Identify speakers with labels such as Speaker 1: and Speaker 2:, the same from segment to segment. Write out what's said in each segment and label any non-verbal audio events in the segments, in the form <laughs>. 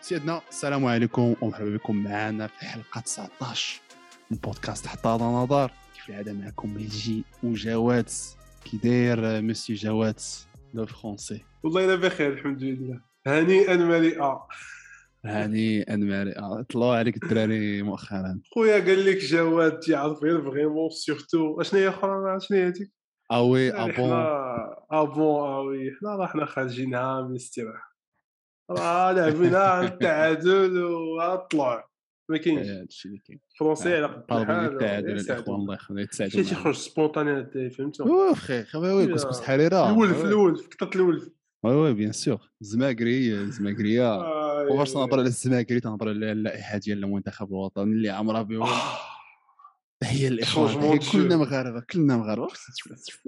Speaker 1: سيدنا السلام عليكم ومرحبا بكم معنا في حلقه 19 من بودكاست حتى هذا نظر كيف العاده معكم ميجي وجواد كي داير مسيو جواد لو فرونسي
Speaker 2: والله الا بخير الحمد لله هنيئا مليئا
Speaker 1: هاني ماري طلعوا عليك الدراري مؤخرا
Speaker 2: خويا قال لك جواد تيعرف غير فريمون سيرتو اشنو هي اخرى شنو هي هذيك
Speaker 1: اوي ابون
Speaker 2: حنا- ابون اه وي حنا راه حنا خارجينها من الاستراحه راه لعبنا على التعادل وعلى الطلوع ما كاينش
Speaker 1: هادشي اللي كاين
Speaker 2: فرونسي على قد
Speaker 1: طالبوا منك
Speaker 2: الحال آه،
Speaker 1: التعادل الاخوان
Speaker 2: يساعدوا.
Speaker 1: الله يخليه
Speaker 2: شي
Speaker 1: يتساعدوا معنا.
Speaker 2: تيخرج سبونتاني هاد الداي فهمتو
Speaker 1: اوه خي خويا
Speaker 2: خويا.
Speaker 1: كسكس حريره
Speaker 2: الولف الولف كثرة الولف
Speaker 1: وي وي بيان سور الزماكري الزماكريه
Speaker 2: آي.
Speaker 1: واش تنهضر على الزماكري تنهضر على اللائحه ديال المنتخب الوطني اللي عمرها بهم
Speaker 2: آه.
Speaker 1: هي
Speaker 2: Changement
Speaker 1: الاخوان
Speaker 2: de
Speaker 1: هي كلنا
Speaker 2: jeu.
Speaker 1: مغاربه كلنا مغاربه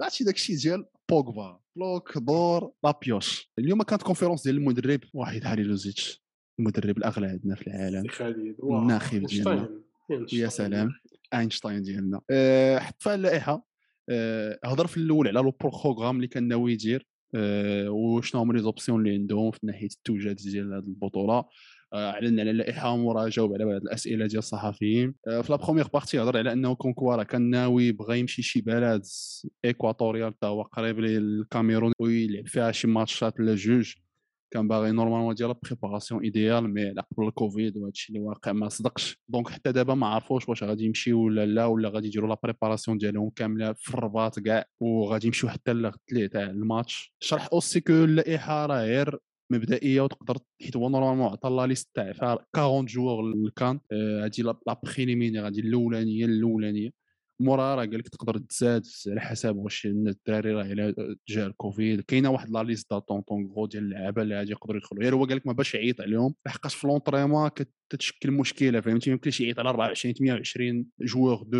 Speaker 1: عرفتي داك الشيء ديال بوغبا بلوك دور لابيوش اليوم كانت كونفيرونس ديال المدرب واحد حاليلوزيتش المدرب الاغلى عندنا في العالم
Speaker 2: سي خالد واو.
Speaker 1: الناخب ديالنا.
Speaker 2: أينشتاين. أينشتاين.
Speaker 1: يا سلام اينشتاين ديالنا أه، حط فيها اللائحه أه، هضر في الاول على لو بروغرام اللي كان ناوي يدير أه، وشنو هما لي زوبسيون اللي عندهم في ناحيه التوجات ديال هذه البطوله أه، علن على اللائحه موراها جاوب على بعض الاسئله ديال الصحفيين أه، في لا بروميير بارتي هضر على انه كونكوارا كان ناوي بغى يمشي شي بلاد ايكواتوريال تا هو قريب للكاميرون ويلعب فيها شي ماتشات لا جوج كان باغي نورمالمون ديال بريباراسيون ايديال مي على قبل الكوفيد وهادشي اللي واقع ما صدقش دونك حتى دابا ما عرفوش واش غادي يمشيو ولا لا ولا غادي يديروا لا بريباراسيون ديالهم كامله في الرباط كاع وغادي يمشيو حتى لغد الليل تاع الماتش شرح اوسي كو اللائحه راه غير مبدئيه وتقدر حيت هو نورمالمون عطى لا ليست تاع فيها 40 جوغ للكان آه، هادي لا لا بريليمينير هادي الاولانيه الاولانيه مورا راه قال لك تقدر تزاد على حسب واش إن الدراري راه الى جا الكوفيد كاينه واحد لا ليست داتونت اون غرو ديال اللعابه اللي غادي يقدروا يدخلوا غير هو قال لك ما باش يعيط عليهم لحقاش في لونطريمون كتشكل مشكله فهمتي ما يمكنش يعيط على 24 28 جوور دو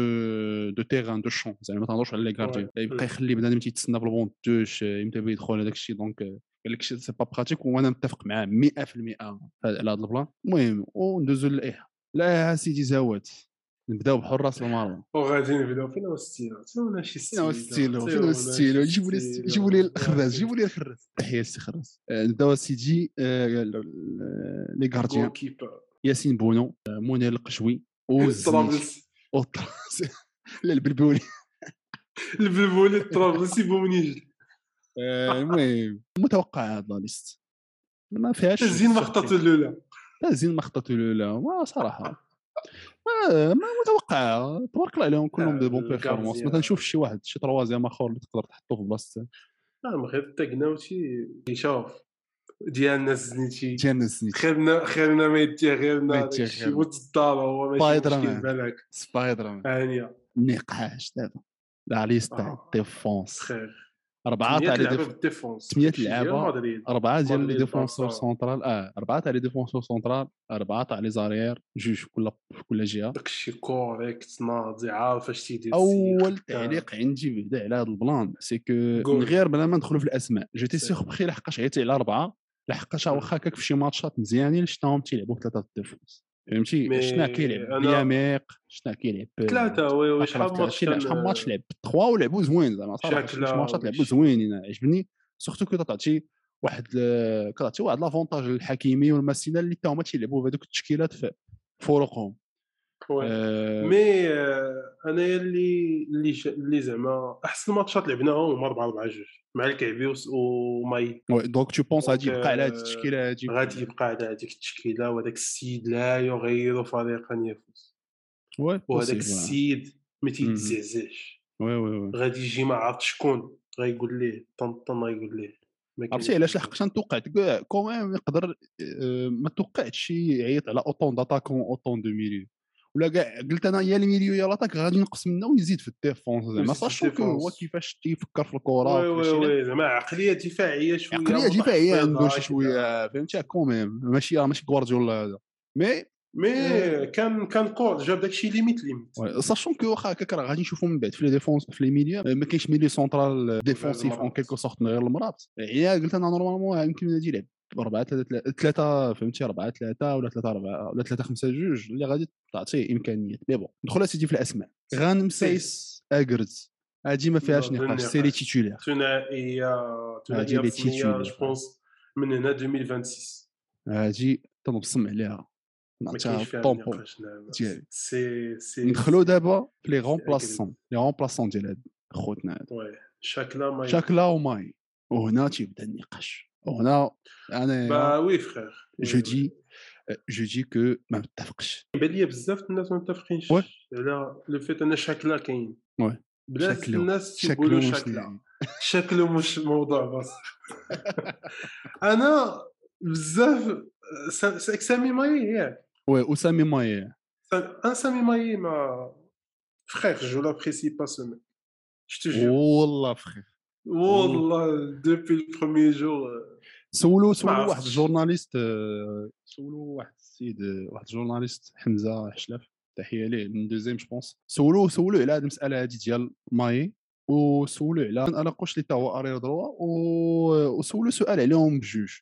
Speaker 1: دو تيران دو شون زعما ما تهضرش على لي كارديان يبقى يخلي بنادم تيتسنى في البون دوش امتى بغا يدخل هذاك الشيء دونك قال لك سي با براتيك وانا متفق معاه 100% في هاد- على هذا البلان المهم وندوزو للائحه إيه. لا سيدي زواد نبداو بحراس المرمى
Speaker 2: وغادي نبداو فين هو الستيلو تسونا شي
Speaker 1: فين هو الستيلو فين هو الستيلو جيبوا لي الست- جيبوا لي الخراز جيبوا لي الخراز تحيه السي خراز آه، نبداو سيدي آه، ال- ال- لي
Speaker 2: جول
Speaker 1: غارديان
Speaker 2: كيبر
Speaker 1: ياسين بونو آه، منير القشوي
Speaker 2: <laughs>
Speaker 1: والزنيش
Speaker 2: طرابلس
Speaker 1: والطرابلس <laughs> لا
Speaker 2: <laughs>
Speaker 1: البلبولي
Speaker 2: البلبولي الطرابلسي بومنيج
Speaker 1: آه، المهم متوقع هاد لا ليست ما فيهاش
Speaker 2: زين ما خطات الاولى
Speaker 1: زين ما خطاتو لا ما صراحه ما ما متوقع تبارك الله عليهم كلهم
Speaker 2: آه،
Speaker 1: دي بون
Speaker 2: الغارديان.
Speaker 1: بيرفورمانس ما تنشوفش شي واحد شي تروازيام اخر اللي تقدر تحطو في بلاصته
Speaker 2: آه، ما غير تاكنا وشي يشوف ديالنا الزنيتي
Speaker 1: جانس نيتش
Speaker 2: خيرنا خيرنا ما يدي
Speaker 1: ما
Speaker 2: غيرنا
Speaker 1: يديه
Speaker 2: داكشي
Speaker 1: غيرنا.
Speaker 2: وت الدار هو ماشي
Speaker 1: بايدرا
Speaker 2: مشكل
Speaker 1: مان.
Speaker 2: بالك
Speaker 1: سبايدر مان
Speaker 2: هانيه
Speaker 1: نقاش دابا لا ليست تاع
Speaker 2: آه.
Speaker 1: الديفونس
Speaker 2: خير
Speaker 1: اربعه
Speaker 2: ثمانية
Speaker 1: تاع لي
Speaker 2: لعبة
Speaker 1: ديف-
Speaker 2: بالديفونس
Speaker 1: ثمانية
Speaker 2: داكشي ديال
Speaker 1: لعبة.
Speaker 2: مدريد
Speaker 1: اربعه ديال
Speaker 2: مدريد
Speaker 1: لي
Speaker 2: تاع
Speaker 1: ديفونسور
Speaker 2: الصراحة.
Speaker 1: سونترال اه اربعه تاع لي ديفونسور سونترال اربعه تاع لي زارير جوج في كل في كل جهه
Speaker 2: داكشي كوريكت ناضي عارف اش تيدير السيد.
Speaker 1: اول تعليق عندي بعدا على هذا البلان سي كو من
Speaker 2: آه. قول.
Speaker 1: غير بلا ما ندخلوا في الاسماء جيتي
Speaker 2: سير.
Speaker 1: سيغبخي لحقاش عيطي على اربعه لحقاش واخا هكاك في شي ماتشات مزيانين اللي شفناهم تيلعبوا ثلاثه الديفونس فهمتي
Speaker 2: مي
Speaker 1: شنا كيلعب
Speaker 2: أنا-
Speaker 1: بياميق شنا كيلعب آه،
Speaker 2: ثلاثة وي وي
Speaker 1: شحال
Speaker 2: شحال ماتش
Speaker 1: لعب شحال
Speaker 2: كان-
Speaker 1: ماتش لعب 3 ولعبوا زوين زعما صراحه
Speaker 2: شكله
Speaker 1: شي ماتشات لعبوا
Speaker 2: وشي.
Speaker 1: زوينين أنا عجبني سورتو كي تعطي واحد ال- كتعطي واحد لافونتاج للحكيمي والماسينا اللي تا هما تيلعبوا بهذوك التشكيلات في فروقهم
Speaker 2: وي.
Speaker 1: آه،
Speaker 2: مي آه، انا اللي اللي ج- اللي زعما احسن ماتشات لعبناهم هما 4 4 2 مع الكعبي وس- وماي
Speaker 1: وي، دونك تو بونس غادي
Speaker 2: دونك،
Speaker 1: يبقى على هذه
Speaker 2: آه،
Speaker 1: التشكيله هذه
Speaker 2: غادي يبقى على هذيك التشكيله وهذاك السيد لا يغير فريقا يفوز
Speaker 1: وي
Speaker 2: وهذاك
Speaker 1: possible.
Speaker 2: السيد ما
Speaker 1: مهم.
Speaker 2: تيتزعزعش
Speaker 1: وي وي وي
Speaker 2: غادي يجي ما عرفت شكون غايقول ليه طنطن غايقول ليه ما
Speaker 1: عرفتي
Speaker 2: كاينش.
Speaker 1: علاش لحقاش انا توقعت كاع كومام يقدر آه، ما توقعتش شي يعيط على اوتون داتاكون اوتون دو ميليو ولا كاع قلت انا يا الميليو يا لاتاك غادي ينقص منا ويزيد في الديفونس زعما
Speaker 2: ويزيد في
Speaker 1: ساشون كو هو
Speaker 2: الديفونس.
Speaker 1: كيفاش تيفكر في الكره
Speaker 2: وي
Speaker 1: وكيفاش
Speaker 2: وي
Speaker 1: يلعب.
Speaker 2: وي زعما عقليه دفاعيه شويه
Speaker 1: عقليه دفاعيه
Speaker 2: متحفظة
Speaker 1: عنده شي
Speaker 2: كده.
Speaker 1: شويه فهمتي كومام ماشي راه ماشي غوارديولا هذا مي آه.
Speaker 2: مي كان كان كور جاب داكشي ليميت ليميت
Speaker 1: ساشون كو واخا هكاك راه غادي نشوفو من بعد في لي ديفونس في لي ميليو ما كاينش ميليو سونترال ديفونسيف اون
Speaker 2: المرات.
Speaker 1: كيلكو سورت من غير المرات يعني قلت انا نورمالمون يمكن غادي يلعب 4 3 3 فهمتي 4 3 ولا 3 4 ولا 3 5 2 اللي غادي تعطيه امكانيات مي بون ندخل سيدي في الاسماء غانم سايس اكرز هادي ما فيهاش
Speaker 2: بدون
Speaker 1: نقاش
Speaker 2: نقاش.
Speaker 1: سيري تيتولير
Speaker 2: ثنائيه
Speaker 1: جيب
Speaker 2: ثنائيه
Speaker 1: لي
Speaker 2: رسميه
Speaker 1: تيتولير.
Speaker 2: جو بونس من هنا 2026
Speaker 1: هادي تنبصم عليها
Speaker 2: ما كاينش
Speaker 1: نعطيها
Speaker 2: فيها
Speaker 1: الطومبو
Speaker 2: نقاش نعم.
Speaker 1: ديالي.
Speaker 2: سي سي
Speaker 1: ندخلو دابا في لي
Speaker 2: أكيد.
Speaker 1: غومبلاسون لي غومبلاسون ديال هاد خوتنا هاد
Speaker 2: وي شكلها ما
Speaker 1: شاكلا وماي وهنا تيبدا النقاش وهنا انا
Speaker 2: با وي فخير
Speaker 1: جو دي جو دي كو ما متفقش
Speaker 2: يبان لي بزاف الناس ما متفقينش
Speaker 1: وي.
Speaker 2: على لو فيت ان شكلها كاين
Speaker 1: وي.
Speaker 2: بلاش
Speaker 1: شكله.
Speaker 2: الناس
Speaker 1: شكلو
Speaker 2: تيقولوا
Speaker 1: مش
Speaker 2: شكلها
Speaker 1: لاعب.
Speaker 2: شكله مش موضوع بس انا بزاف سا- سا- سامي ماي ياك
Speaker 1: وي اسامي ماي
Speaker 2: سا- انا سامي ماي ما فخير جو لابريسي با سومي جو te jure.
Speaker 1: والله فخي
Speaker 2: والله دوبي لو بروميي جور
Speaker 1: سولو سولو واحد
Speaker 2: عرفتش.
Speaker 1: الجورناليست آه، سولو واحد السيد آه، واحد الجورناليست حمزه حشلف تحيه ليه من دوزيام جو بونس سولو سولو على هاد المساله هادي ديال ماي وسولو على على قوش اللي تا هو ارير دروا و- وسولو سؤال عليهم بجوج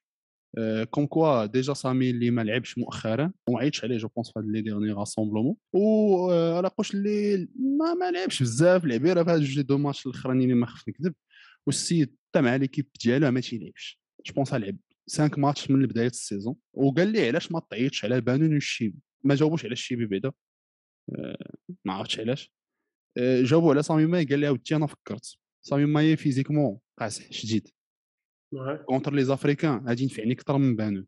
Speaker 1: آه، كوم كوا ديجا سامي اللي ما لعبش مؤخرا وما عيطش عليه جو بونس في هاد لي ديرني راسومبلومون وعلى قوش اللي ما ما لعبش بزاف لعب غير في هاد جوج لي دو ماتش الاخرانيين اللي ما خفت نكذب والسيد حتى مع ليكيب ديالو ما تيلعبش جو بونس لعب 5 ماتش من بدايه السيزون وقال لي علاش ما تعيطش على بانون الشيبي ما جاوبوش على الشيبي بعدا آه، ما عرفتش علاش آه، جاوبوا على سامي ماي قال لي عاودتي انا فكرت سامي ماي فيزيكمون قاصح شديد
Speaker 2: واه،
Speaker 1: كونتر لي زافريكان غادي ينفعني اكثر من بانون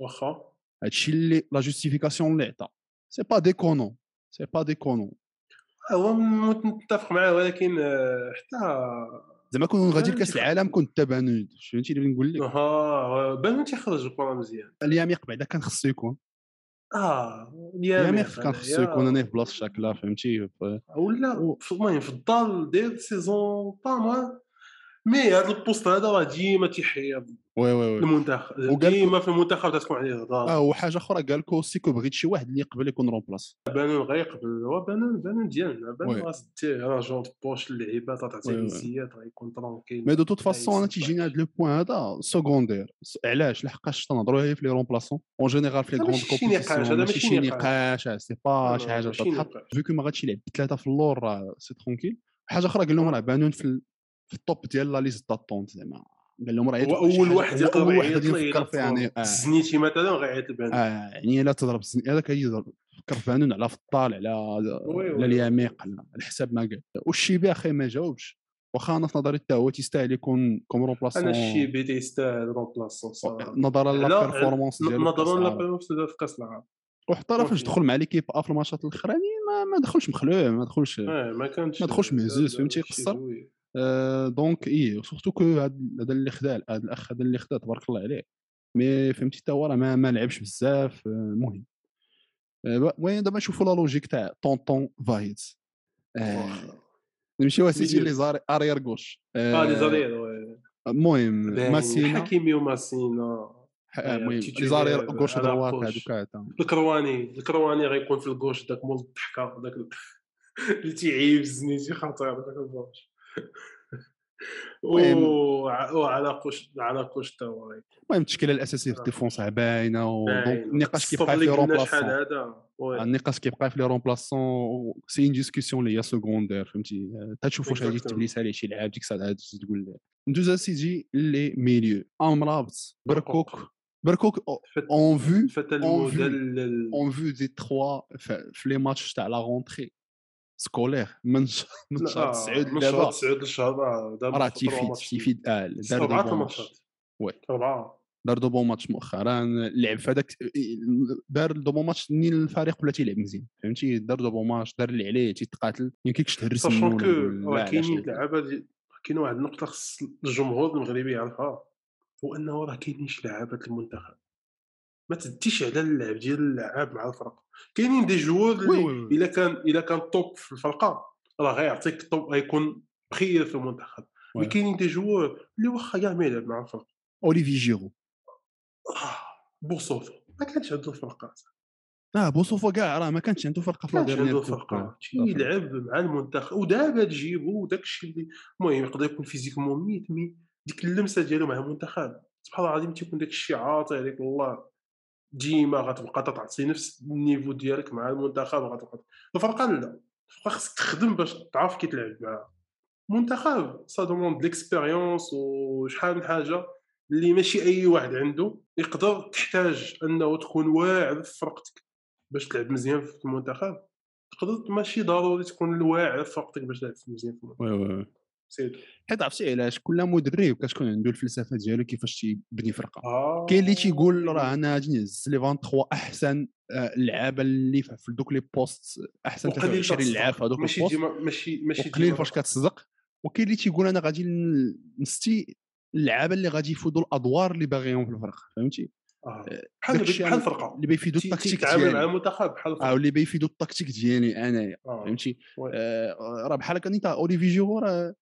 Speaker 2: واخا
Speaker 1: هادشي اللي لا جوستيفيكاسيون اللي عطا سي با ديكونون سي با ديكونون
Speaker 2: هو م- متفق معاه ولكن آه، حتى
Speaker 1: زعما كون غادي
Speaker 2: بانون
Speaker 1: لكاس
Speaker 2: تيخرج.
Speaker 1: العالم كنت تا بانون فهمتي اللي بنقول لك
Speaker 2: ها بان تيخرج كره مزيان
Speaker 1: اليميق بعدا كان خصو يكون
Speaker 2: اه يا
Speaker 1: اليميق
Speaker 2: ميخ
Speaker 1: كان
Speaker 2: أنا،
Speaker 1: خصو
Speaker 2: يا-
Speaker 1: يكون انا في بلاصه شاكلا فهمتي ف-
Speaker 2: Ah, ولا في- المهم في الدار دير السيزون طامع مي هذا البوست هذا راه ديما تيحيا
Speaker 1: وي وي وي
Speaker 2: المنتخب
Speaker 1: وقال-
Speaker 2: ديما في المنتخب تتكون عليه هضره
Speaker 1: اه وحاجه اخرى قال لك اوسي كو بغيت شي واحد اللي يقبل يكون رومبلاس
Speaker 2: بانون غيقبل هو بانون بانون ديالنا بانون
Speaker 1: وي.
Speaker 2: راس دير راه جون بوش اللعيبه تعطيه
Speaker 1: وي، وي.
Speaker 2: مزيات غيكون ترونكيل
Speaker 1: مي دو توت فاسون انا
Speaker 2: يسمح.
Speaker 1: تيجيني هاد لو بوان هذا سكوندير س- علاش لحقاش تنهضروا هي في لي رومبلاسون اون جينيرال في لي
Speaker 2: هذا
Speaker 1: غروند
Speaker 2: ماشي شي
Speaker 1: كومبيتيسيون
Speaker 2: نقاش، هذا
Speaker 1: ماشي
Speaker 2: ماشي
Speaker 1: شي
Speaker 2: نقاش.
Speaker 1: نقاش سي
Speaker 2: لا،
Speaker 1: با شي
Speaker 2: لا،
Speaker 1: حاجه
Speaker 2: ماشي
Speaker 1: تضحك
Speaker 2: نقاش.
Speaker 1: فيكو ما غاديش يلعب بثلاثه في اللور راه سي ترونكيل حاجه اخرى
Speaker 2: آه.
Speaker 1: قال لهم راه بانون في, ال- في التوب ديال لا ليست داتونت زعما قال لهم راه
Speaker 2: هو
Speaker 1: يدخل شي
Speaker 2: اول
Speaker 1: حاجة-
Speaker 2: واحد
Speaker 1: هو
Speaker 2: يقدر
Speaker 1: اول واحد
Speaker 2: يعيط
Speaker 1: غادي
Speaker 2: له إلا
Speaker 1: يفكر فيها يعني آه.
Speaker 2: زنيتي مثلا غيعيط بان
Speaker 1: آه يعني الا تضرب السن- هذاك يجي يضرب فكر في بانون على فطال على
Speaker 2: وي،
Speaker 1: على
Speaker 2: وي.
Speaker 1: اليميق على على حساب ما قال والشيبي اخي ما جاوبش واخا انا في نظري حتى هو تيستاهل يكون كوم
Speaker 2: انا الشيء
Speaker 1: رومبلاسون
Speaker 2: بيدي يستاهل رومبلاسون صراحه
Speaker 1: نظرا
Speaker 2: لا،
Speaker 1: للبيرفورمانس ديالو في كأس
Speaker 2: نظرا
Speaker 1: العالم.
Speaker 2: لابيرفورمانس ديالو في كاس العالم
Speaker 1: وحتى راه فاش
Speaker 2: وفي-
Speaker 1: دخل مع ليكيب أ في الماتشات الاخرانيين ما, ما دخلش مخلوع ما دخلش
Speaker 2: آه، ما كانش
Speaker 1: ما دخلش مهزوز،
Speaker 2: هذا
Speaker 1: فهمتي،
Speaker 2: شي
Speaker 1: قصر.
Speaker 2: زوين.
Speaker 1: آه دونك اي سورتو كو هاد- هذا اللي خدا هذا الاخ هذا اللي خدا تبارك الله عليه مي فهمتي حتى هو راه ما, ما لعبش بزاف آه، مهم آه، ب- المهم دابا نشوفوا لا لوجيك تاع طونطون فايت آه
Speaker 2: واخا.
Speaker 1: نمشيو اسيتي
Speaker 2: ميليو.
Speaker 1: لي زار اريير غوش
Speaker 2: اه لي زرير وي.
Speaker 1: المهم
Speaker 2: باين.
Speaker 1: آه، ماسينا
Speaker 2: حكيمي وماسينا
Speaker 1: ح- آه، المهم
Speaker 2: تيتولير
Speaker 1: لي زارير غوش
Speaker 2: على
Speaker 1: دروات
Speaker 2: غوش.
Speaker 1: هذوك تاع-
Speaker 2: الكرواني الكرواني غيكون في الكوش داك مول الضحكه داك ال- <laughs> اللي تيعيب الزنيتي خطير داك
Speaker 1: <laughs>
Speaker 2: البوش
Speaker 1: المهم.
Speaker 2: وع- وعلى قوش على قوش تا هو غيكون.
Speaker 1: المهم التشكيله الاساسيه في الديفونس باينه ودونك
Speaker 2: آه. باين.
Speaker 1: النقاش
Speaker 2: تصب
Speaker 1: كيبقى في
Speaker 2: ليك
Speaker 1: لي
Speaker 2: لنا شحال
Speaker 1: رومبلاسون
Speaker 2: هذا وي.
Speaker 1: النقاش كيبقى في لي رومبلاسون سي اون ديسكسيون اللي هي سكوندير فهمتي آه، تتشوف واش غادي
Speaker 2: Exactement.
Speaker 1: تبليس عليه شي لعاب ديك الساعه عاد تجي تقول ليه. ندوز اسيدي لي ميليو ام رابط بركوك بركوك
Speaker 2: فت-
Speaker 1: اون فيو
Speaker 2: فتى
Speaker 1: أون فيو.
Speaker 2: المدلل
Speaker 1: اون فيو دي تخوا في في لي ماتش تاع لا رونتري <laughs> سكولير من ش- من
Speaker 2: لا،
Speaker 1: شهر تسعود
Speaker 2: من شهر
Speaker 1: لدابا
Speaker 2: تسعود للشهر آه، دابا
Speaker 1: راه
Speaker 2: في طروا
Speaker 1: تيفيد
Speaker 2: ماتش.
Speaker 1: تيفيد اه دار دو
Speaker 2: أربعة
Speaker 1: بون ماتش
Speaker 2: الماتشات.
Speaker 1: وي.
Speaker 2: أربعة
Speaker 1: دار دو بون ماتش مؤخرا لعب في هذاك دار دو بون ماتش منين الفريق ولا تيلعب مزيان فهمتي دار دو بون ماتش دار اللي عليه تيتقاتل ما كيكش تهرس منه
Speaker 2: ساشون
Speaker 1: ولا تقول لا
Speaker 2: كو راه
Speaker 1: علاش
Speaker 2: كاينين
Speaker 1: هيك.
Speaker 2: لعابه دي- كاين واحد النقطه خص الجمهور المغربي يعرفها هو انه راه كاينين شي لعابه المنتخب ما تديش على اللعب ديال اللاعب مع الفرق كاينين دي جوار
Speaker 1: وي
Speaker 2: اللي
Speaker 1: وي وي.
Speaker 2: الا كان الا كان توب في الفرقه راه غيعطيك توب غيكون بخير في المنتخب مي
Speaker 1: وي.
Speaker 2: كاينين دي جوار اللي واخا كاع ما يلعب مع الفرق
Speaker 1: اوليفي جيرو
Speaker 2: آه، بوصوف ما كانش عنده فرقات
Speaker 1: اه بوصوفا كاع راه ما كانش عنده فرقه في
Speaker 2: كانش
Speaker 1: لاديرنيير
Speaker 2: عنده
Speaker 1: كوب.
Speaker 2: فرقه
Speaker 1: آه، آه.
Speaker 2: يلعب مع المنتخب ودابا تجيبو داك الشيء اللي المهم يقدر يكون فيزيكمون ميت مي ديك اللمسه ديالو مع المنتخب سبحان الله العظيم تيكون داك الشيء عاطي عليك الله ديما غتبقى تعطي نفس النيفو ديالك مع المنتخب غتبقى الفرقه لا الفرقه خصك تخدم باش تعرف كي تلعب معاها المنتخب سا دوموند ليكسبيريونس وشحال من حاجه اللي ماشي اي واحد عنده يقدر تحتاج انه تكون واعر في فرقتك باش تلعب مزيان في المنتخب تقدر ماشي ضروري تكون الواعر في فرقتك باش تلعب مزيان في المنتخب
Speaker 1: وي وي وي.
Speaker 2: سيدو
Speaker 1: حيت عرفتي علاش كل مدرب كتكون عنده الفلسفه ديالو كيفاش تيبني فرقه
Speaker 2: آه.
Speaker 1: كاين اللي تيقول راه انا غادي نهز لي 23 احسن آه، لعابه اللي في في دوك لي بوست احسن
Speaker 2: وقليل
Speaker 1: 23
Speaker 2: كتصدق.
Speaker 1: لعاب في هذوك
Speaker 2: ماشي
Speaker 1: البوست
Speaker 2: ديما ماشي ماشي
Speaker 1: وقليل
Speaker 2: ديما
Speaker 1: فاش كتصدق وكاين اللي تيقول انا غادي ن- نستي اللعابه اللي غادي يفوضوا الادوار اللي باغيهم في الفرقه فهمتي
Speaker 2: آه.
Speaker 1: داك
Speaker 2: بحال
Speaker 1: الشيء
Speaker 2: بحال فرقه
Speaker 1: اللي بيفيدوا
Speaker 2: تي-
Speaker 1: التكتيك
Speaker 2: تتعامل مع
Speaker 1: ديالي
Speaker 2: المنتخب بحال
Speaker 1: اه
Speaker 2: فرقه
Speaker 1: واللي بيفيدوا التكتيك ديالي انايا
Speaker 2: آه.
Speaker 1: فهمتي
Speaker 2: وي.
Speaker 1: آه، راه بحال هكا انت اوليفي جيرو راه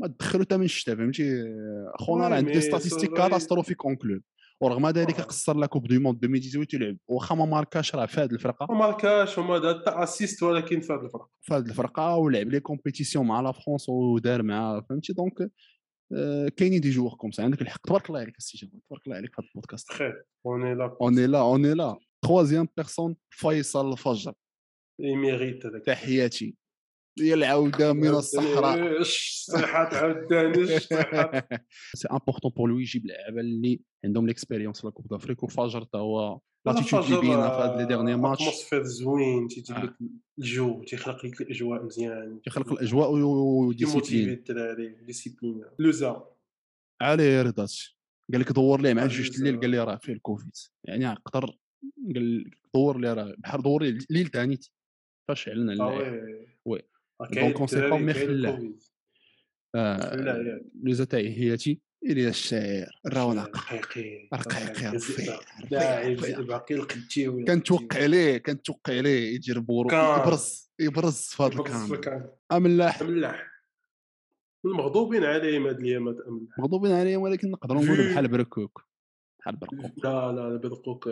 Speaker 1: ما تدخلو حتى من الشتاء فهمتي آه، خونا
Speaker 2: وي،
Speaker 1: راه عنده دي
Speaker 2: مي
Speaker 1: ستاتيستيك
Speaker 2: صافي.
Speaker 1: كاتاستروفيك اون كلوب ورغم ذلك
Speaker 2: آه.
Speaker 1: قصر لا كوب دو موند 2018 يلعب واخا ما ماركاش راه في هذه الفرقه
Speaker 2: وما كاش وما دار حتى اسيست ولكن في هذه الفرقه
Speaker 1: في هذه الفرقه ولعب لي كومبيتيسيون مع لا فرونس ودار مع فهمتي دونك آه، كاينين دي جوغ كوم سا عندك الحق تبارك الله عليك السي جمال تبارك الله عليك في هذا البودكاست
Speaker 2: خير اوني لا
Speaker 1: اون لا اون لا تخوازيام بيرسون فيصل الفجر
Speaker 2: ميريت هذاك Euh,
Speaker 1: تحياتي هي العوده من الصحراء
Speaker 2: الصحه عاوتاني
Speaker 1: <laughs>
Speaker 2: الصحه
Speaker 1: سي امبورطون بور لو يجيب لعابه اللي عندهم ليكسبيريونس في لا كوب دافريك وفجر تا هو لاتيتود اللي
Speaker 2: آه،
Speaker 1: باينه في هاد لي ديرني ماتش
Speaker 2: اتموسفير زوين تيجيب
Speaker 1: آه.
Speaker 2: لك الجو تيخلق لك الاجواء مزيان
Speaker 1: يخلق الاجواء وديسيبلين
Speaker 2: تيموتيفي الدراري ديسيبلين لوزا
Speaker 1: علي رضات قال لك دور ليه مع
Speaker 2: علي
Speaker 1: جوج الليل قال لي راه فيه الكوفيد يعني عقدر قال لك دور لي راه بحال دور لي ليل ثاني فاش
Speaker 2: آه،
Speaker 1: اعلن على اللعيبة. وي. دونك on sait pas mais خلاه. آه، لوزا تاهياتي الى الشعير الرونق
Speaker 2: رقيقي
Speaker 1: رقيقي رفيع،
Speaker 2: لاعب
Speaker 1: رفيع.
Speaker 2: باقي القديوي
Speaker 1: كنتوقع عليه كنتوقع عليه يجي البورو
Speaker 2: كان.
Speaker 1: يبرز يبرز في هذا الكام
Speaker 2: الكام
Speaker 1: املاح
Speaker 2: املاح المغضوبين عليهم هاد الايام هاد املاح
Speaker 1: مغضوبين عليهم ولكن نقدروا نقولوا
Speaker 2: في-
Speaker 1: بحال بركوك بحال بركوك
Speaker 2: لا لا لا بدقوك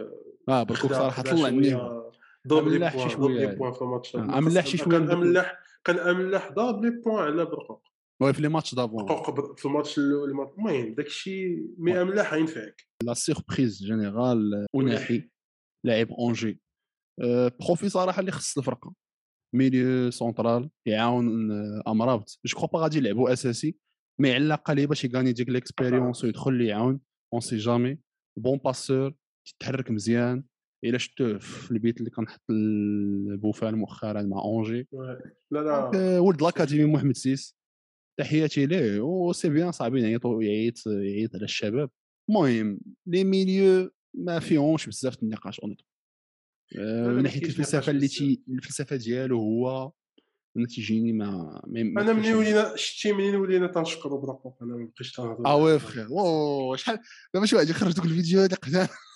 Speaker 1: اه بركوك صراحه طلع النيفو
Speaker 2: دوبلي
Speaker 1: أملاح شي
Speaker 2: بوان
Speaker 1: شوية
Speaker 2: دوبلي
Speaker 1: هاد.
Speaker 2: بوان في الماتش
Speaker 1: آه،
Speaker 2: هاد.
Speaker 1: أملاح
Speaker 2: خاصة
Speaker 1: شي شوية
Speaker 2: كان
Speaker 1: دوبلي.
Speaker 2: املاح كان املاح دوبلي بوان على برقوق
Speaker 1: وي في لي ماتش دافون
Speaker 2: برقوق بر- في الماتش الاول الماتش- المهم داك الشيء مي املاح ينفعك
Speaker 1: لا سيربريز جينيرال اوناحي euh, لاعب اونجي آه، بروفي صراحه اللي خص الفرقه ميليو سونترال يعاون آه، امرابط جو كخوا با غادي يلعبوا اساسي مي على الاقل باش يغاني ديك ليكسبيريونس ويدخل لي يعاون اون سي جامي بون باسور تتحرك مزيان الا شفتوه في البيت اللي كنحط البوفال مؤخرا مع اونجي
Speaker 2: آه، لا
Speaker 1: دونك،
Speaker 2: لا
Speaker 1: آه، ولد لاكاديمي محمد سيس تحياتي ليه وسي بيان صاحبي يعيطوا يعيط يعيط على الشباب المهم لي ميليو ما فيهمش بزاف النقاش اونيت
Speaker 2: لا،
Speaker 1: آه، من
Speaker 2: ما
Speaker 1: ناحيه
Speaker 2: كاينش
Speaker 1: الفلسفه
Speaker 2: نقاش
Speaker 1: اللي
Speaker 2: بزاف.
Speaker 1: تي الفلسفه ديالو هو انا تيجيني ما ما- ما
Speaker 2: انا
Speaker 1: كاينش
Speaker 2: منين ولينا شتي منين ولينا تنشكرو برقوق انا ما بقيتش تنهضر
Speaker 1: اه وي فخير واو شحال دابا شي واحد يخرج دوك الفيديو اللي قدام <laughs>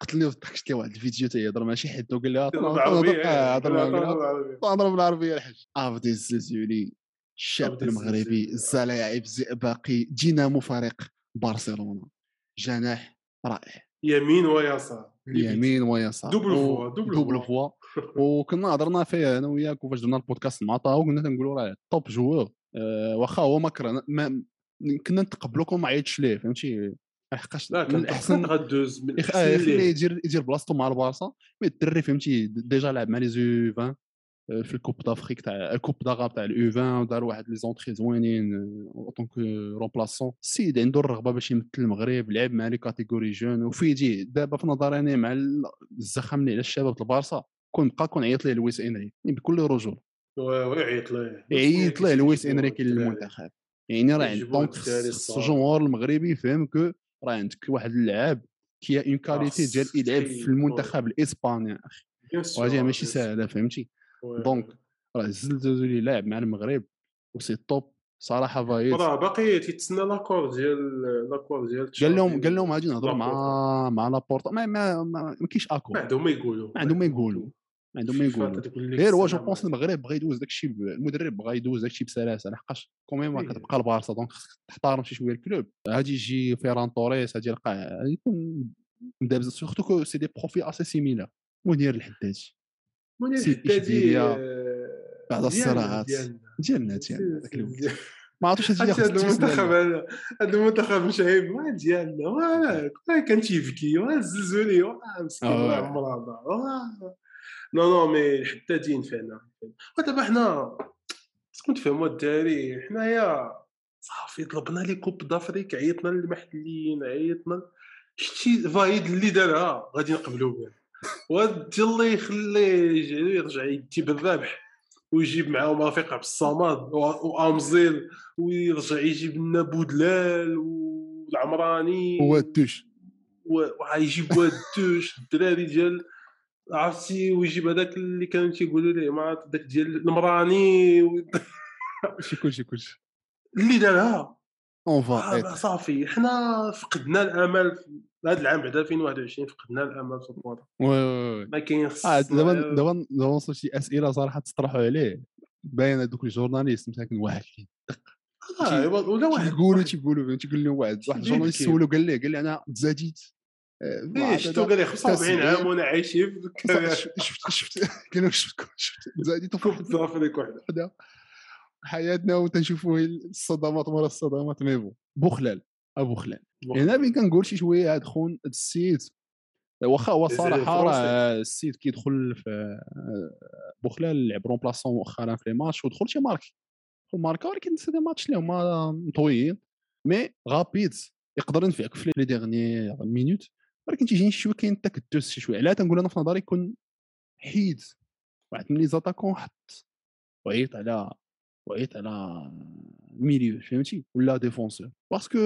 Speaker 1: قلت لي ضحكت لي واحد الفيديو تيهضر مع شي حد وقال لي آه،
Speaker 2: تهضر
Speaker 1: طلع-
Speaker 2: بالعربية،
Speaker 1: طلع- آه، هضر
Speaker 2: تهضر
Speaker 1: بالعربية.
Speaker 2: بالعربية.
Speaker 1: تهضر بالعربيه الحاج افدي الزلزولي الشاب
Speaker 2: أفدي
Speaker 1: المغربي
Speaker 2: الزلزولي.
Speaker 1: الزلاعب زئبقي دينامو فريق برشلونه جناح رائع
Speaker 2: يمين ويسار
Speaker 1: يمين ويسار
Speaker 2: دوبل
Speaker 1: و-
Speaker 2: فوا، دوبل
Speaker 1: دوبل فوا
Speaker 2: فوا. <laughs>
Speaker 1: وكنا هضرنا فيها انا وياك وفاش درنا البودكاست مع طه وكنا تنقولوا راه توب جوور أه واخا هو ما كرهنا ما كنا نتقبلو كون ما عيطش ليه فهمتي لحقاش
Speaker 2: لا
Speaker 1: من
Speaker 2: كان
Speaker 1: الاحسن
Speaker 2: احسن غدوز من
Speaker 1: يخ-
Speaker 2: احسن
Speaker 1: آه، يخليه
Speaker 2: ليه.
Speaker 1: يدير يدير بلاصتو مع البارسا مي الدري فهمتي د- ديجا لعب مع لي زو 20 آه، في الكوب دافريك تاع آه، الكوب داغاب تاع الاو 20 ودار واحد لي زونتري زوينين آه، اون رومبلاسون السيد عنده الرغبه باش يمثل المغرب لعب مع لي كاتيجوري جون وفيدي دابا في نظري انا مع ال- الزخم اللي على الشباب د البارسا كون بقى كون عيط ليه لويس انريك يعني بكل رجوله
Speaker 2: ويعيط ليه
Speaker 1: عيط ليه لويس
Speaker 2: يجيبوه
Speaker 1: انريكي
Speaker 2: الدراري.
Speaker 1: للمنتخب يعني راه عند-
Speaker 2: يجيبوه
Speaker 1: دونك
Speaker 2: الدراري
Speaker 1: خص
Speaker 2: الصغار.
Speaker 1: الجمهور المغربي يفهم كو راه عندك واحد اللاعب كي اون كاليتي ديال
Speaker 2: خص
Speaker 1: يلعب
Speaker 2: كي-
Speaker 1: في المنتخب الاسباني اخي
Speaker 2: بيان سور،
Speaker 1: وهذه
Speaker 2: بيان
Speaker 1: ماشي
Speaker 2: سور.
Speaker 1: سهله فهمتي
Speaker 2: وي.
Speaker 1: دونك راه الزلزولي لاعب مع المغرب وسي توب صراحه فايز
Speaker 2: راه باقي تيتسنى لاكور ديال لاكور ديال
Speaker 1: قال لهم
Speaker 2: تشافي.
Speaker 1: قال لهم غادي نهضروا مع
Speaker 2: لابورتا.
Speaker 1: مع لابورتا ما ما ما, ما كاينش اكو
Speaker 2: ما عندهم ما يقولوا
Speaker 1: ما عندهم ما يقولوا ما عندهم ما
Speaker 2: فيفا
Speaker 1: يقولوا
Speaker 2: تتقول لك
Speaker 1: غير هو جو
Speaker 2: السلام
Speaker 1: بونس
Speaker 2: عليكم.
Speaker 1: المغرب بغا يدوز داكشي ب- المدرب بغا يدوز داكشي بسلاسه لحقاش كوميم راه
Speaker 2: إيه.
Speaker 1: كتبقى البارسا دونك خصك تحترم شي شويه الكلوب غادي يجي فيران توريس غادي يلقى غادي يكون مدابز سورتو كو سي دي بروفي اسي سيميلار منير الحدادي
Speaker 2: منير
Speaker 1: سيدي
Speaker 2: الحدادي
Speaker 1: شديدية
Speaker 2: آه،
Speaker 1: بعد
Speaker 2: مزيان
Speaker 1: الصراعات
Speaker 2: ديالنا.
Speaker 1: ديالنا ديالنا داك الوقت
Speaker 2: مزيان.
Speaker 1: يعني، ما عرفتش هاد
Speaker 2: حتى
Speaker 1: الشيء
Speaker 2: هذا
Speaker 1: ياخذ
Speaker 2: المنتخب هذا هذا المنتخب مشعيب ما ديالنا واه واه كان تيبكي واه زلزو ليه واه مسكين
Speaker 1: آه.
Speaker 2: واه عمر هذا واه نو نو مي حتى دين فينا ودابا حنا تكون تفهموا الدراري حنايا صافي طلبنا لي كوب دافريك عيطنا للمحليين عيطنا شتي فايد اللي دارها غادي نقبلوا بها ودي الله يخليه يجعلو يرجع يدي بالذبح ويجيب معاهم رفيق عبد الصمد و- وامزيل ويرجع يجيب لنا بودلال والعمراني
Speaker 1: هو الدوش
Speaker 2: و- وغايجيب واد الدوش الدراري ديال عرفتي ويجيب هذاك اللي كانوا تيقولوا ليه ما عرفت داك ديال المراني و-
Speaker 1: شي كلشي كلشي Ah,
Speaker 2: اللي دارها
Speaker 1: اون
Speaker 2: آه،
Speaker 1: فا
Speaker 2: بقى صافي حنا فقدنا الامل في هذا العام بعد 2021 فقدنا الامل في الكره
Speaker 1: وي وي وي
Speaker 2: ما كاين آه،
Speaker 1: اه دابا دابا دابا وصلت شي اسئله صراحه تطرحوا عليه باين هذوك الجورناليست مساكن واعرين شي-
Speaker 2: ولا واحد
Speaker 1: تيقولوا تيقولوا تيقول لهم واحد واحد
Speaker 2: شديد
Speaker 1: الجورناليست
Speaker 2: كيف.
Speaker 1: سولو قال ليه قال لي انا تزاديت آه، ما
Speaker 2: إيه،
Speaker 1: عرفت
Speaker 2: شفتو
Speaker 1: أنا-
Speaker 2: قال لي 75
Speaker 1: تسعين.
Speaker 2: عام وانا عايشين في الكرة. <laughs>
Speaker 1: ش- شفت شفت <laughs> قال لهم شفت كل- شفت تزاديت
Speaker 2: كوب افريك وحده
Speaker 1: وحده حياتنا وتنشوفوا الصدمات ورا الصدمات مي بون بوخلال ابو خلال هنا فين كنقول شي شويه هاد خون هاد السيد واخا هو
Speaker 2: الجزائري
Speaker 1: صراحه راه
Speaker 2: الفرنسي.
Speaker 1: السيد كيدخل في آه، بوخلال لعب رون بلاسون مؤخرا في لي ماتش ودخل شي ماركي دخل ماركا ولكن سي دي ماتش اللي هما مطويين مي غابيد يقدر ينفعك في لي ديغني مينوت ولكن تيجيني شي شويه كاين التكدس شي شويه علاه تنقول انا في نظري كون حيد واحد من لي زاتاكون حط وعيط على وعيط على ميليو فهمتي ولا ديفونسور باسكو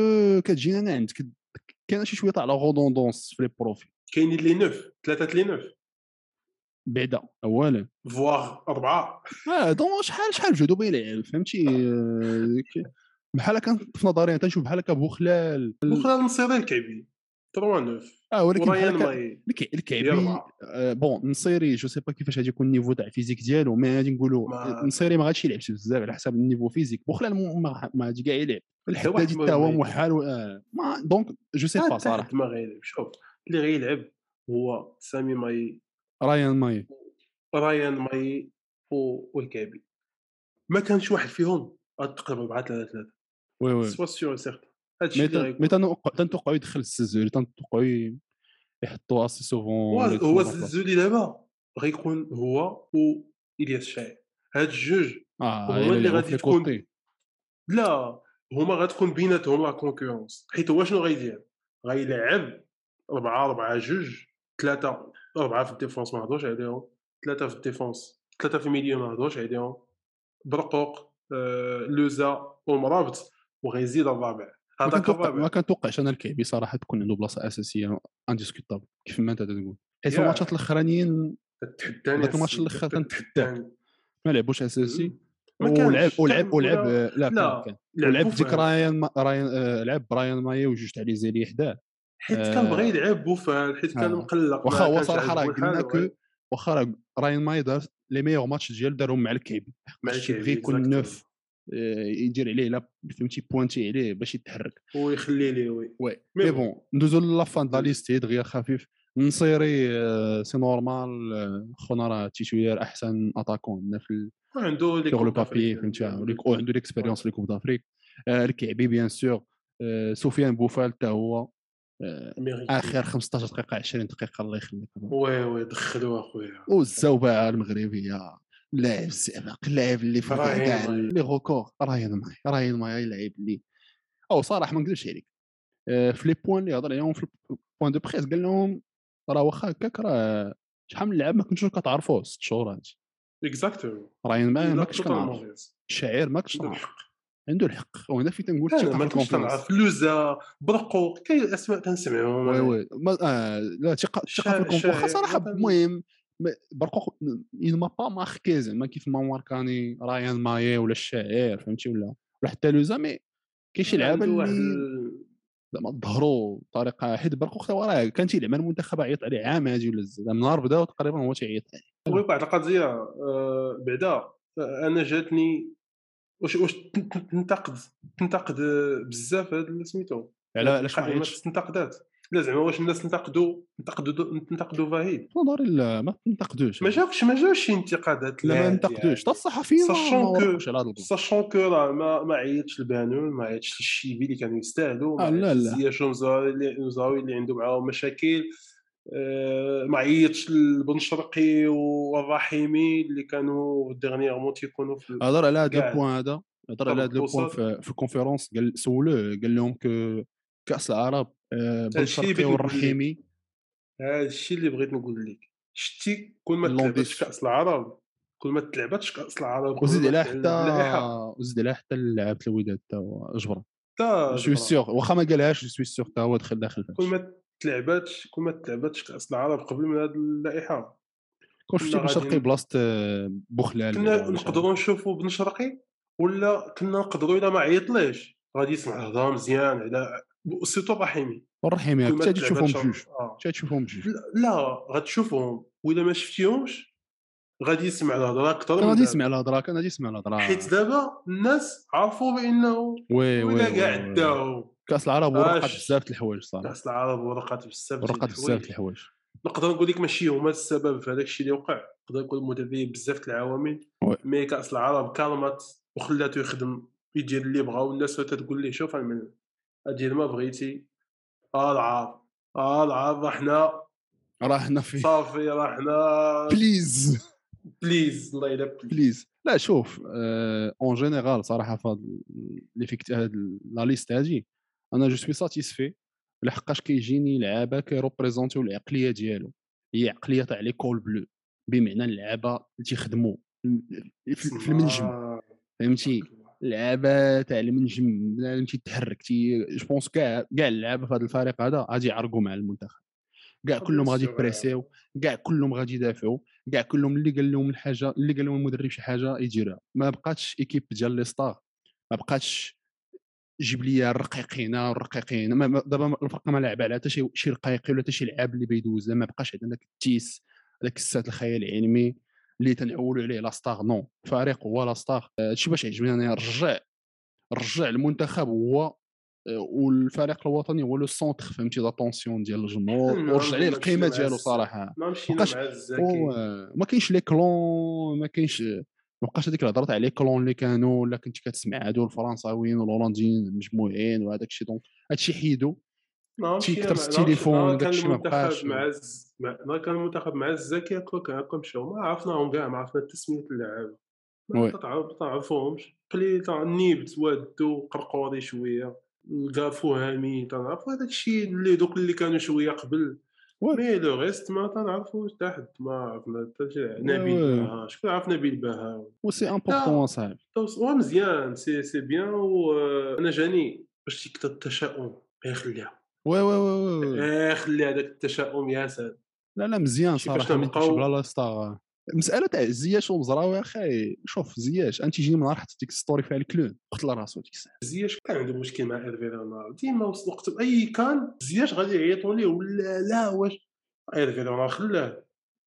Speaker 1: كتجينا انا عند كد- كاين شي شويه تاع لا غودوندونس في لي بروفي
Speaker 2: كاينين لي نوف ثلاثه لي نوف
Speaker 1: بعدا اولا
Speaker 2: فواغ اربعه
Speaker 1: اه دونك شحال شحال جهدو بين يلعب فهمتي آه، ك- بحال كان في نظري أنا تنشوف بحال كابو خلال
Speaker 2: وخلا نصير الكعبي 3 نوف
Speaker 1: اه ولكن
Speaker 2: وريان
Speaker 1: بحال كا-
Speaker 2: ماي
Speaker 1: الك-
Speaker 2: هي
Speaker 1: الكعبي
Speaker 2: اربعه
Speaker 1: آه، بون نصيري جو سي با كيفاش غادي يكون النيفو تاع الفيزيك ديالو مي غادي نقولوا
Speaker 2: ما-
Speaker 1: نصيري ما غاديش يلعب شي بزاف على حسب النيفو فيزيك بوخلال م- ما ما غادي كاع يلعب الحدادي
Speaker 2: واحد
Speaker 1: حتى هو
Speaker 2: ما-
Speaker 1: محال و- آه، ما- دونك جو سي با
Speaker 2: حتى
Speaker 1: صراحه
Speaker 2: حد ما غيلعب شوف اللي غيلعب هو سامي ماي
Speaker 1: رايان ماي
Speaker 2: رايان ماي و- والكعبي ما كانش واحد فيهم غاد تقريبا 4 3 3
Speaker 1: وي وي
Speaker 2: سوا سيغ سيغتان هادشي
Speaker 1: مي
Speaker 2: اللي
Speaker 1: تن- مي
Speaker 2: غيكون
Speaker 1: تنوقع- تنتوقعو يدخل السزوري تنتوقعو ي- يحطو اسي سوفون
Speaker 2: هو-
Speaker 1: لي
Speaker 2: هو
Speaker 1: تخلو بلاصة.
Speaker 2: الزولي دابا غيكون هو و الياس شاعر هاد الجوج
Speaker 1: اه
Speaker 2: هو
Speaker 1: إلا
Speaker 2: اللي
Speaker 1: لعبو
Speaker 2: غادي
Speaker 1: في لي
Speaker 2: تكون-
Speaker 1: كوتي.
Speaker 2: لا هما غتكون بيناتهم لا كونكورونس حيت هو شنو غيدير غيلعب 4 4 2 3 4 في الديفونس ما نهضرش عليهم 3 في الديفونس 3 في الميليو ما نهضرش عليهم برقوق آه، لوزا ومرابط وغيزيد الرابع
Speaker 1: ما
Speaker 2: هذاك
Speaker 1: كنتوقع- ما
Speaker 2: الرابع
Speaker 1: كنتوقعش انا الكعبي صراحه تكون عنده بلاصه اساسيه انديسكوتابل كيف ما انت تقول حيت في
Speaker 2: يا.
Speaker 1: الماتشات الاخرانيين
Speaker 2: كتحداني
Speaker 1: داك الماتش الأخر كنتحداك. ما لعبوش
Speaker 2: Mmh.
Speaker 1: اساسي
Speaker 2: ما كانش.
Speaker 1: ولعب ولعب
Speaker 2: لعبوا
Speaker 1: ولعب
Speaker 2: ولا-
Speaker 1: آه، لا كان-
Speaker 2: لا
Speaker 1: كان
Speaker 2: لعبوا
Speaker 1: ولعب ديك
Speaker 2: فهم.
Speaker 1: رايان ما- رايان آه، لعب برايان ماي وجوج تاع لي زيري حداه
Speaker 2: حيت
Speaker 1: آه.
Speaker 2: كان بغا يلعب بوفال حيت كان
Speaker 1: آه.
Speaker 2: مقلق
Speaker 1: واخا
Speaker 2: ما
Speaker 1: هو
Speaker 2: كانش
Speaker 1: صراحه
Speaker 2: عاجبو
Speaker 1: راه
Speaker 2: الحال
Speaker 1: قلنا
Speaker 2: وغير-
Speaker 1: كو واخا راه رايان ماي دار لي ميور ماتش ديالو دارهم مع الكعبي
Speaker 2: مع
Speaker 1: باش يبغي
Speaker 2: الكعبي،
Speaker 1: يكون
Speaker 2: exactement.
Speaker 1: نوف آه، يدير عليه لا فهمتي بوانتي عليه باش يتحرك
Speaker 2: ويخلي ليه وي
Speaker 1: وي
Speaker 2: مي
Speaker 1: مي
Speaker 2: بون.
Speaker 1: بون ندوزو لافان دو لا
Speaker 2: مم.
Speaker 1: ليست دغيا خفيف نصيري آه، سي نورمال آه، خونا راه تيتولير احسن اتاكون عندنا في ال-
Speaker 2: عنده لي
Speaker 1: سيغ لو
Speaker 2: كوب
Speaker 1: بابي
Speaker 2: دافريك.
Speaker 1: فهمتي وليك- وعنده ليكسبيريونس لي كوب دافريك آه، الكعبي بيان سور آه، سفيان بوفال حتى هو آه،
Speaker 2: أمريكي.
Speaker 1: اخر 15 دقيقه 20 دقيقه الله يخليك
Speaker 2: وي وي دخلوا اخويا
Speaker 1: والزوبعه المغربيه لاعب السباق اللاعب اللي فوق
Speaker 2: راهي
Speaker 1: كاع
Speaker 2: معايا.
Speaker 1: لي غوكور راهن معايا راهن معايا اللاعب اللي او صراحه ما نكذبش عليك آه، في لي بوان اللي هضر عليهم في البوان دو بريس قال لهم راه واخا هكاك راه شحال من لاعب ما كنتوش كتعرفوه ست شهور هادي
Speaker 2: اكزاكتومون
Speaker 1: راهن معايا ما كنتش كنعرف الشاعر ما كنتش نعرف عنده الحق وهنا فين تنقول الثقة
Speaker 2: انا
Speaker 1: في
Speaker 2: ما كنتش
Speaker 1: الكونفيونس.
Speaker 2: كنعرف لوزا برقو كاين الاسماء تنسمعهم
Speaker 1: وي
Speaker 2: أنا.
Speaker 1: وي ما آه لا ثقه ثقه
Speaker 2: الشاعر-
Speaker 1: في الكونفو واخا
Speaker 2: الشاعر
Speaker 1: صراحه
Speaker 2: إيه. مثلاً.
Speaker 1: المهم ما- برقوق il m'a با ماركي زعما كيف ما ماركاني رايان ماي ولا الشاعر فهمتي ولا ولا حتى لوزا مي كاين شي لعابه
Speaker 2: عنده واحد
Speaker 1: اللي
Speaker 2: ال-
Speaker 1: زعما ظهروا بطريقه حيت برقوق توا راه كان تيلعب مع المنتخب عيط عليه عام هادي ولا زاد من نهار بدا تقريبا هو تيعيط عليه
Speaker 2: وي واحد القضيه آه، بعدا آه، انا جاتني واش واش تن- تن- تنتقد تنتقد آه، بزاف هذا اللي سميتو
Speaker 1: على علاش ما
Speaker 2: القضية ما
Speaker 1: عيطش
Speaker 2: تنتقدات لا زعما واش الناس نتقدوا نتقدوا نتقدوا فهيد
Speaker 1: نظري لا ما تنتقدوش
Speaker 2: ما جاوش ما جاوش شي انتقادات
Speaker 1: لا ما
Speaker 2: لا يعني
Speaker 1: ننتقدوش حتى الصحفيين ما-
Speaker 2: Sachant
Speaker 1: ما
Speaker 2: que-
Speaker 1: وافقوش على هذا البلان
Speaker 2: ساشون كو راه ما ما عيطش البانون ما عيطش الشيبي اللي كانوا يستاهلوا ما
Speaker 1: آه، لا،
Speaker 2: عيطش
Speaker 1: لا.
Speaker 2: زياش ومزراوي اللي مزراوي اللي عنده معاهم مشاكل آه، ما عيطش البن شرقي والرحيمي اللي كانوا ديغنيغمون تيكونوا في
Speaker 1: هضر على هذا
Speaker 2: كاع.
Speaker 1: البوان هذا هضر على هذا البوان
Speaker 2: البوصات.
Speaker 1: في, في الكونفيرونس قال سولوه قال لهم كو كاس العرب آه، بن
Speaker 2: هادشي اللي
Speaker 1: شرقي
Speaker 2: بغيت نقول لك.
Speaker 1: والرحيمي
Speaker 2: هذا الشيء اللي بغيت نقول لك شتي كل ما
Speaker 1: اللومبيش.
Speaker 2: تلعبتش كاس العرب كل ما تلعبتش كاس العرب كل
Speaker 1: وزيد
Speaker 2: ما
Speaker 1: عليها
Speaker 2: تلعب اللائحة،
Speaker 1: حتى وزيد عليها حتى لعبه الوداد حتى هو جبر
Speaker 2: حتى
Speaker 1: جو
Speaker 2: الجبرة.
Speaker 1: سيغ واخا ما قالهاش جو سوي سيغ حتى هو دخل داخل
Speaker 2: آه، كل
Speaker 1: فيها
Speaker 2: ما تلعباتش كل ما تلعباتش كاس العرب قبل من هذه اللائحه
Speaker 1: كون شفتي
Speaker 2: كنا
Speaker 1: بن شرقي
Speaker 2: غاديين-
Speaker 1: بلاصه آه، بوخلال ولا
Speaker 2: كنا
Speaker 1: مش عارف.
Speaker 2: نقدروا نشوفوا بن شرقي ولا كنا نقدروا الا ما عيطليش غادي يسمع الهضره مزيان على سيتو رحيمي
Speaker 1: والرحيمي
Speaker 2: كل ما
Speaker 1: حتى هادي
Speaker 2: تلعبات
Speaker 1: تشوفهم
Speaker 2: شر-
Speaker 1: بجوج
Speaker 2: آه.
Speaker 1: حتى تشوفهم بجوج
Speaker 2: لا- لا غتشوفهم ولا ما شفتيهمش غادي يسمع الهضره اكثر
Speaker 1: كان
Speaker 2: من
Speaker 1: غادي
Speaker 2: دابا.
Speaker 1: يسمع الهضره كان غادي يسمع الهضره
Speaker 2: حيت دابا الناس عرفوا بانه
Speaker 1: وي وي
Speaker 2: ولا كاع
Speaker 1: وي، وي.
Speaker 2: داو
Speaker 1: كاس العرب ورقات
Speaker 2: آش.
Speaker 1: بزاف د الحوايج صراحه
Speaker 2: كاس العرب ورقات بزاف ديال
Speaker 1: ورقات بزاف
Speaker 2: الحوايج.
Speaker 1: د الحوايج
Speaker 2: نقدر نقول لك ماشي هما السبب في هذاك الشيء اللي وقع نقدر نقول مدربين بزاف د العوامل
Speaker 1: وي.
Speaker 2: مي كاس العرب كرمت وخلاته يخدم يدير اللي بغا والناس ولا تقول ليه شوف الملعب ادير ما بغيتي اه العار اه العار راه حنا
Speaker 1: راه حنا في
Speaker 2: صافي راه حنا
Speaker 1: بليز
Speaker 2: بليز الله يلا بليز
Speaker 1: بليز لا شوف آه، اون جينيرال صراحه في هاد ليفيكت هاد لا ليست هادي انا جو سوي ساتيسفي لحقاش كيجيني لعابه كيروبريزونتيو العقليه ديالو هي عقليه تاع لي كول بلو بمعنى اللعابه اللي تيخدموا في في المنجم
Speaker 2: آه.
Speaker 1: فهمتي لعابه تاع المنجم بنادم تيتحرك تي جو بونس كاع كاع اللعابه في هذا الفريق هذا غادي يعرقوا مع المنتخب كاع كلهم غادي
Speaker 2: بالنسبة
Speaker 1: يبريسيو كاع كلهم غادي يدافعوا كاع كلهم اللي قال لهم الحاجه اللي قال لهم المدرب شي حاجه يديرها ما بقاتش ايكيب ديال لي ستار ما بقاتش جيب لي الرقيقين الرقيقين ما- ما- دابا ما- الفرق ما لعب على حتى شي شي رقيقي ولا حتى شي لعاب اللي بيدوز لا ما بقاش عندنا داك التيس داك السات الخيال العلمي اللي تنعولوا عليه لا ستار نو فريق هو لا ستار آه، هادشي باش عجبني انا رجع رجع المنتخب هو آه، والفريق الوطني هو لو سونتر فهمتي لاتونسيون ديال الجمهور
Speaker 2: حنا
Speaker 1: ورجع ليه
Speaker 2: عندنا
Speaker 1: القيمه
Speaker 2: مشكل مع
Speaker 1: ديالو
Speaker 2: الس-
Speaker 1: صراحه
Speaker 2: ما مشينا
Speaker 1: وقاش-
Speaker 2: مع
Speaker 1: و-
Speaker 2: الزكي
Speaker 1: آه، ما كاينش لي كلون ما كاينش ما بقاش هذيك الهضره تاع لي كلون اللي كانوا ولا كنت كتسمع هادو الفرنساويين والهولنديين مجموعين وهذاك الشيء دونك هادشي حيدو
Speaker 2: نعم،
Speaker 1: تي
Speaker 2: شي
Speaker 1: كتر
Speaker 2: ما-
Speaker 1: التليفون،
Speaker 2: نعم، كان
Speaker 1: داكشي ما
Speaker 2: المنتخب
Speaker 1: بقاش.
Speaker 2: مع الز- مع- نعم، كان المنتخب مع الزكي هكاك هكا مشاو ما عرفناهم كاع ما عرفنا تسميه اللعابه ما
Speaker 1: وي.
Speaker 2: تتعرف- تعرفهمش قليل تاع النيبت وادو قرقوري شويه القافوهامي تنعرفو هذاك الشيء اللي دوك اللي كانوا شويه قبل
Speaker 1: وي.
Speaker 2: مي لو ريست ما تنعرفوش حتى حد ما عرفنا حتى شي-
Speaker 1: وي.
Speaker 2: نبيل بها شكون عرف نبيل بها
Speaker 1: وسي امبورطون صاحبي
Speaker 2: هو مزيان سي سي بيان وانا جاني باش تكثر التشاؤم ما يخليها
Speaker 1: وي وي وي وي.
Speaker 2: ايه خلي هذاك التشاؤم يا ساد
Speaker 1: لا لا مزيان
Speaker 2: شي باش
Speaker 1: صراحه ما
Speaker 2: نبقاو-
Speaker 1: تمشي بلا لا ستار آه. مسألة تاع زياش ومزراوي اخي شوف زياش انت تجيني من نهار حتى ديك السطوري فيها الكلون قتل راسو ديك الساعه
Speaker 2: زياش كان عنده مشكل مع ايرفي رونار ديما وسط وقت اي كان زياش غادي يعيطوا ليه ولا لا واش ايرفي رونار خلاه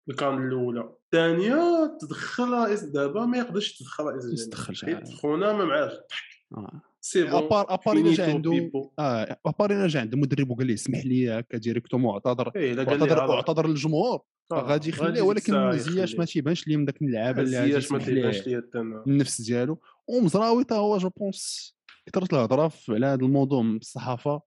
Speaker 2: الكان الاولى الثانيه تدخل رئيس دابا ما يقدرش يتدخل رئيس الجامعه
Speaker 1: يستدخل شي
Speaker 2: حيت
Speaker 1: حاجه
Speaker 2: خونا ما معاش الضحك
Speaker 1: آه.
Speaker 2: سي بون
Speaker 1: ابار ابار الا جا
Speaker 2: فينيتو،
Speaker 1: عنده
Speaker 2: بيبو.
Speaker 1: اه ابار الا جا عنده مدرب وقال ليه اسمح لي هكا ديريكتومون اعتذر
Speaker 2: ايه الا قال لي
Speaker 1: اعتذر
Speaker 2: هذا،
Speaker 1: اعتذر للجمهور
Speaker 2: آه،
Speaker 1: غادي يخليه
Speaker 2: ديك
Speaker 1: ولكن
Speaker 2: الساعة
Speaker 1: زياش
Speaker 2: يخليه.
Speaker 1: ما تيبانش ليه من داك اللعابه اللي غادي
Speaker 2: زياش ما
Speaker 1: يسمح ليه
Speaker 2: تيبانش ليا الثاني
Speaker 1: النفس ديالو ومزراوي حتى هو جو بونس كثرت الهضره في- على هذا الموضوع من الصحافه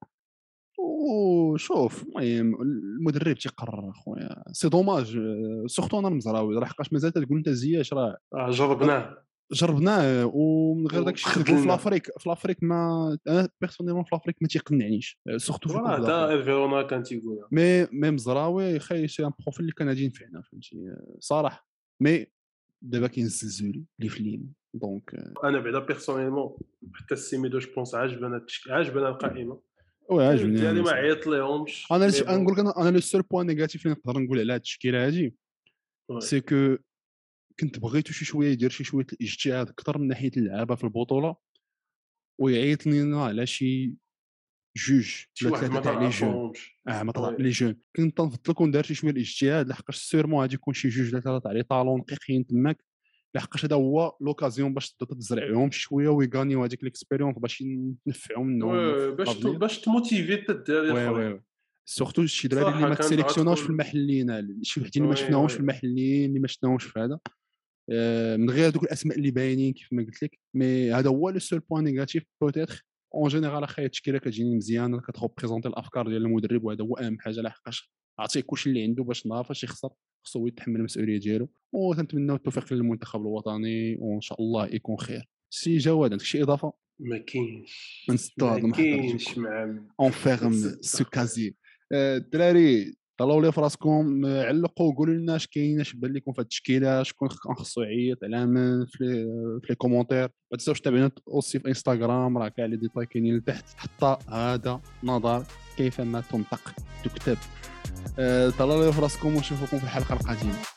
Speaker 1: وشوف المهم المدرب تيقرر اخويا سي دوماج آه، سورتو انا المزراوي راه حقاش مازال تقول انت زياش راه
Speaker 2: آه، جربناه
Speaker 1: جربناه ومن غير داك الشيء اللي تقول في
Speaker 2: وخذلنا.
Speaker 1: لافريك في لافريك ما انا بيرسونيلمون في لافريك ما تيقنعنيش آه، سورتو في الكوب
Speaker 2: وراه
Speaker 1: دافريك.
Speaker 2: حتى ايرفي رونار كان تيقولها
Speaker 1: مي مي مزراوي خاي شي ان بروفيل اللي كان غادي ينفعنا فهمتي آه، صراحه مي دابا كاين الزلزولي اللي في اليمين دونك آه،
Speaker 2: انا بعدا بيرسونيلمون حتى السيميدو جو بونس عجبنا التشك- عجبنا القائمه
Speaker 1: وي عجبني
Speaker 2: ديالي يعني ما
Speaker 1: يعني صراحة.
Speaker 2: عيط ليهمش
Speaker 1: انا
Speaker 2: مي
Speaker 1: لش...
Speaker 2: بون.
Speaker 1: نقول لك انا انا لو سول بوان نيجاتيف اللي نقدر نقول على هاد التشكيله هادي
Speaker 2: وي.
Speaker 1: سي كو كنت بغيتو شي شويه يدير شي شويه الاجتهاد اكثر من ناحيه اللعابه في البطوله ويعيط لينا على شي جوج
Speaker 2: شي
Speaker 1: ولا
Speaker 2: واحد ما
Speaker 1: ثلاثه تاع لي جون
Speaker 2: تعرفهمش
Speaker 1: اه ما طلع
Speaker 2: وي.
Speaker 1: لي جون كنت نفضل كون دار شي شويه الاجتهاد لحقاش سيرمون غادي يكون شي جوج ولا ثلاثه تاع لي طالون دقيقين تماك لحقاش هذا هو لوكازيون باش تبدا تزرعهم شويه ويغانيو هذيك ليكسبيريونس باش ينفعوا منهم
Speaker 2: وي، باش ت-
Speaker 1: الأفضل.
Speaker 2: باش تموتيفي حتى الدراري
Speaker 1: نعم. وي
Speaker 2: الآخرين.
Speaker 1: وي وي سورتو شي دراري
Speaker 2: صراحة
Speaker 1: اللي ما
Speaker 2: كانت
Speaker 1: تسيليكسيوناوش في
Speaker 2: غتكون-
Speaker 1: المحليين شي وحدين اللي ما
Speaker 2: وي-
Speaker 1: شفناهمش في
Speaker 2: وي.
Speaker 1: المحليين اللي ما شفناهمش في هذا آه، من غير دوك الاسماء اللي باينين كيف ما قلت لك مي هذا هو لو سول بوان نيجاتيف بوتيتر اون جينيرال اخي التشكيله كتجيني مزيانه كتغوبريزونتي الافكار ديال المدرب وهذا هو اهم حاجه لحقاش عطيه كلشي اللي عنده باش ما فاش يخسر خصو يتحمل المسؤوليه ديالو وكنتمناو التوفيق للمنتخب الوطني وان شاء الله يكون خير سي جواد عندك شي اضافه
Speaker 2: ما كاينش
Speaker 1: غنسدو هاد
Speaker 2: ما
Speaker 1: المحضر
Speaker 2: كاينش مع
Speaker 1: اون فيرم سو كازي آه، الدراري طلعوا لي فراسكم آه، علقوا قولوا لنا اش كاين اش بان لكم في هاد التشكيله شكون خ- كان خصو يعيط على من في لي- في لي كومونتير ما تنساوش تابعونا اوسي في انستغرام راه كاع لي ديتاي كاينين لتحت حتى هذا نظر كيفما تنطق تكتب آه، طلعوا لي فراسكم ونشوفكم في الحلقه القادمه